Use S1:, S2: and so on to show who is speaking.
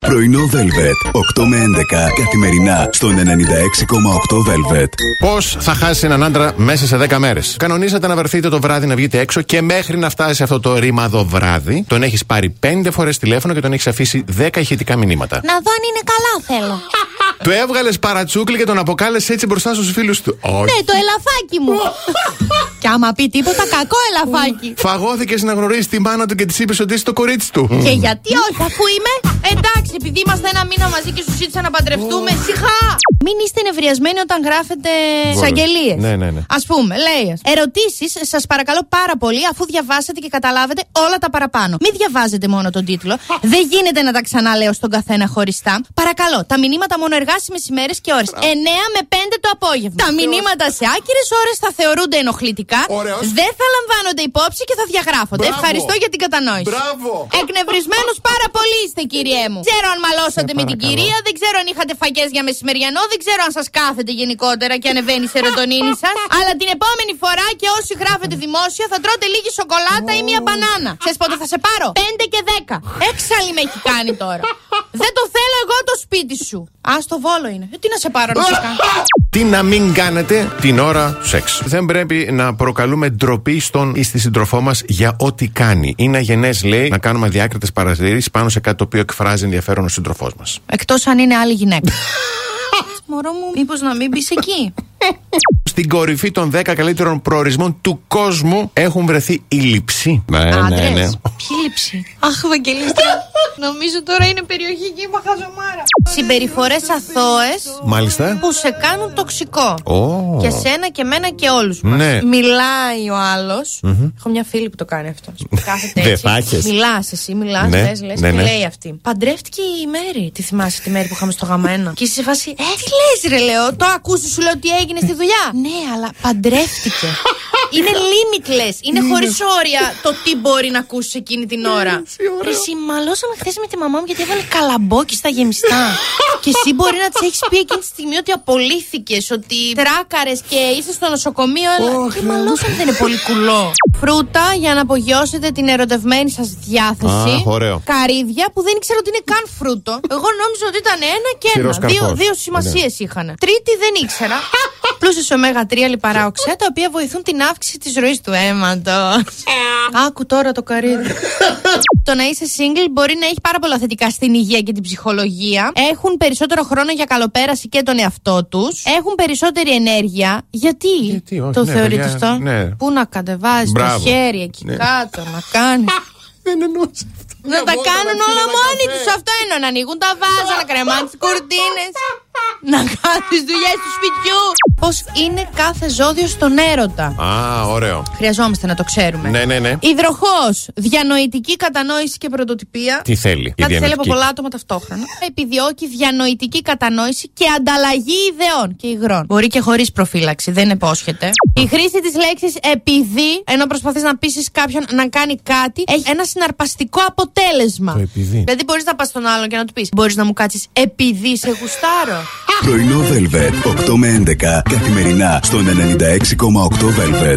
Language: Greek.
S1: Πρωινό Velvet. 8 με 11 καθημερινά στον 96,8 Velvet.
S2: Πώς θα χάσει έναν άντρα μέσα σε 10 μέρε. Κανονίζατε να βρεθείτε το βράδυ να βγείτε έξω και μέχρι να φτάσει αυτό το ρήμαδο βράδυ, τον έχεις πάρει 5 φορές τηλέφωνο και τον έχεις αφήσει 10 ηχητικά μηνύματα.
S3: Να δω αν είναι καλά θέλω.
S2: Του έβγαλες παρατσούκλι και τον αποκάλεσες έτσι μπροστά στους φίλους του. Όχι.
S3: ναι, το ελαφάκι μου. και άμα πει τίποτα, κακό ελαφάκι.
S2: Φαγώθηκες να γνωρίσει τη μάνα του και της είπες ότι είσαι το κορίτσι του.
S3: και γιατί όχι, αφού είμαι.
S4: Εντάξει, επειδή είμαστε ένα μήνα μαζί και σου ζήτησα να παντρευτούμε,
S2: Mm.
S4: σιγά!
S3: Μην είστε ενευριασμένοι όταν γράφετε εισαγγελίες.
S2: Ναι, ναι, ναι.
S3: Ας πούμε, λέει. Ερωτήσεις, σας παρακαλώ πάρα πολύ, αφού διαβάσετε και καταλάβετε όλα τα παραπάνω. Μην διαβάζετε μόνο τον τίτλο. Δεν γίνεται να τα ξαναλέω στον καθένα χωριστά. Παρακαλώ, τα μηνύματα μόνο εργάσιμες ημέρες και ώρες. 9 με 5 το απόγευμα. Τα μηνύματα σε άκυρες ώρες θα θεωρούνται ενοχλητικά.
S2: Ωραίος.
S3: Δεν θα λαμβάνονται υπόψη και θα διαγράφονται.
S2: Μπράβο.
S3: Ευχαριστώ για την κατανόηση.
S2: Μπράβο.
S3: Εκνευρισμένος πάρα πολύ είστε, κύριέ μου. Ξέρω αν μαλώσατε με την κυρία, δεν ξέρω αν είχατε φακές για μεσημεριανό, δεν ξέρω αν σας κάθετε γενικότερα και ανεβαίνει η σερωτονίνη σας. Αλλά την επόμενη φορά και όσοι γράφετε δημόσια θα τρώτε λίγη σοκολάτα ή μία μπανάνα. Σε πότε θα σε πάρω. 5 και 10. Έξαλλη με έχει κάνει τώρα. δεν το θέλω εγώ το σπίτι σου. Ας το βόλο είναι. Ε, Τι να σε πάρω να σε κάνω.
S2: Τι να μην κάνετε την ώρα του σεξ. Δεν πρέπει να προκαλούμε ντροπή στον ή στη συντροφό μας για ό,τι κάνει. Είναι αγενές, λέει, να κάνουμε διάκριτε παρατηρήσεις πάνω σε κάτι το οποίο εκφράζει ενδιαφέρον ο σύντροφός μας.
S3: Εκτός αν είναι άλλη γυναίκα. Μωρό μου, μήπως να μην μπει εκεί.
S2: Στην κορυφή των 10 καλύτερων προορισμών του κόσμου έχουν βρεθεί η λήψη. Ναι,
S3: Άντρες. Ποιοι λείψη.
S4: Αχ, Βαγγελίστρια, νομίζω τώρα είναι περιοχή και είπα χαζομάρα.
S3: Συμπεριφορές αθώες
S2: Μάλιστα.
S3: που σε κάνουν τοξικό.
S2: Ω.
S3: Και σένα και μένα και όλους μας.
S2: Ναι.
S3: Μιλάει ο αλλο
S4: Έχω μια φίλη που το κάνει αυτό. Κάθεται
S2: Δεν
S4: έτσι.
S2: θα έχεις.
S3: Μιλάς, εσύ μιλάς,
S2: Ναι,
S3: ναι. λες,
S2: ναι, ναι.
S3: λέει αυτή. Παντρεύτηκε η Μέρη. Τη θυμάσαι τη Μέρη που είχαμε στο γαμμένα. και είσαι σε φάση, Ε, τι λες, ρε, λέω. Το ακούσει, σου λέω τι έγινε στη δουλειά. ναι, αλλά παντρεύτηκε. Είναι limitless. Είναι χωρίς όρια το τι μπορεί να ακούσεις εκείνη την ώρα. Εσύ μαλώσαμε χθες με τη μαμά μου γιατί έβαλε καλαμπόκι στα γεμιστά. και εσύ μπορεί να τη έχεις πει εκείνη τη στιγμή ότι απολύθηκες, ότι τράκαρες και είσαι στο νοσοκομείο. Αλλά και μαλώσαμε δεν είναι πολύ κουλό. Φρούτα για να απογειώσετε την ερωτευμένη σας διάθεση.
S2: Αχ, ωραίο.
S3: Καρύδια που δεν ήξερα ότι είναι καν φρούτο. Εγώ νόμιζα ότι ήταν ένα και ένα.
S2: Ξηρός καρπός. Ναι.
S3: Δύο, δύο σημασίε είχαν. Τρίτη δεν ήξερα. Πλούσιε ω-3 λιπαρά οξέα τα οποία βοηθούν την αύξηση της ροής του αίματος.
S2: Ε.
S3: Άκου τώρα το καρύδι. Το να είσαι single μπορεί να έχει πάρα πολλά θετικά στην υγεία και την ψυχολογία. Έχουν περισσότερο χρόνο για καλοπέραση και τον εαυτό τους. Έχουν περισσότερη ενέργεια. Γιατί,
S2: Γιατί, όχι,
S3: το
S2: ναι,
S3: θεωρείτε
S2: παιδιά,
S3: αυτό.
S2: ναι.
S3: Πού να κατεβάζει το
S2: Μπράβο.
S3: χέρι εκεί
S2: Ναι.
S3: κάτω, να κάνεις.
S2: Δεν εννοούσα αυτό.
S3: να τα
S2: βόλτα,
S3: κάνουν
S2: Ναι, να πιούν
S3: όλα
S2: ένα
S3: μόνοι
S2: καφέ.
S3: τους αυτό ενώ να ανοίγουν τα βάζα, να κρεμάνε τις κουρτίνες. να κάνουν τι δουλειές του σπιτιού. Πώς είναι κάθε ζώδιο στον έρωτα.
S2: Α, ωραίο.
S3: Χρειαζόμαστε να το ξέρουμε.
S2: Ναι, ναι, ναι.
S3: Υδροχός, διανοητική κατανόηση και πρωτοτυπία.
S2: Τι θέλει. η
S3: Κάτι θέλει από
S2: διανοητική.
S3: πολλά άτομα ταυτόχρονα. Επιδιώκει διανοητική κατανόηση και ανταλλαγή ιδεών και υγρών. Μπορεί και χωρίς προφύλαξη, δεν υπόσχεται. Η χρήση της λέξης επειδή, ενώ προσπαθείς να πείσεις κάποιον να κάνει κάτι, έχει ένα συναρπαστικό αποτέλεσμα.
S2: Το επειδή.
S3: Δηλαδή, μπορείς να πας στον άλλον και να του πεις: Μπορείς να μου κάτσεις επειδή σε γουστάρω.
S1: Πρωινό Velvet. 8 με 11 καθημερινά στον 96,8 Velvet.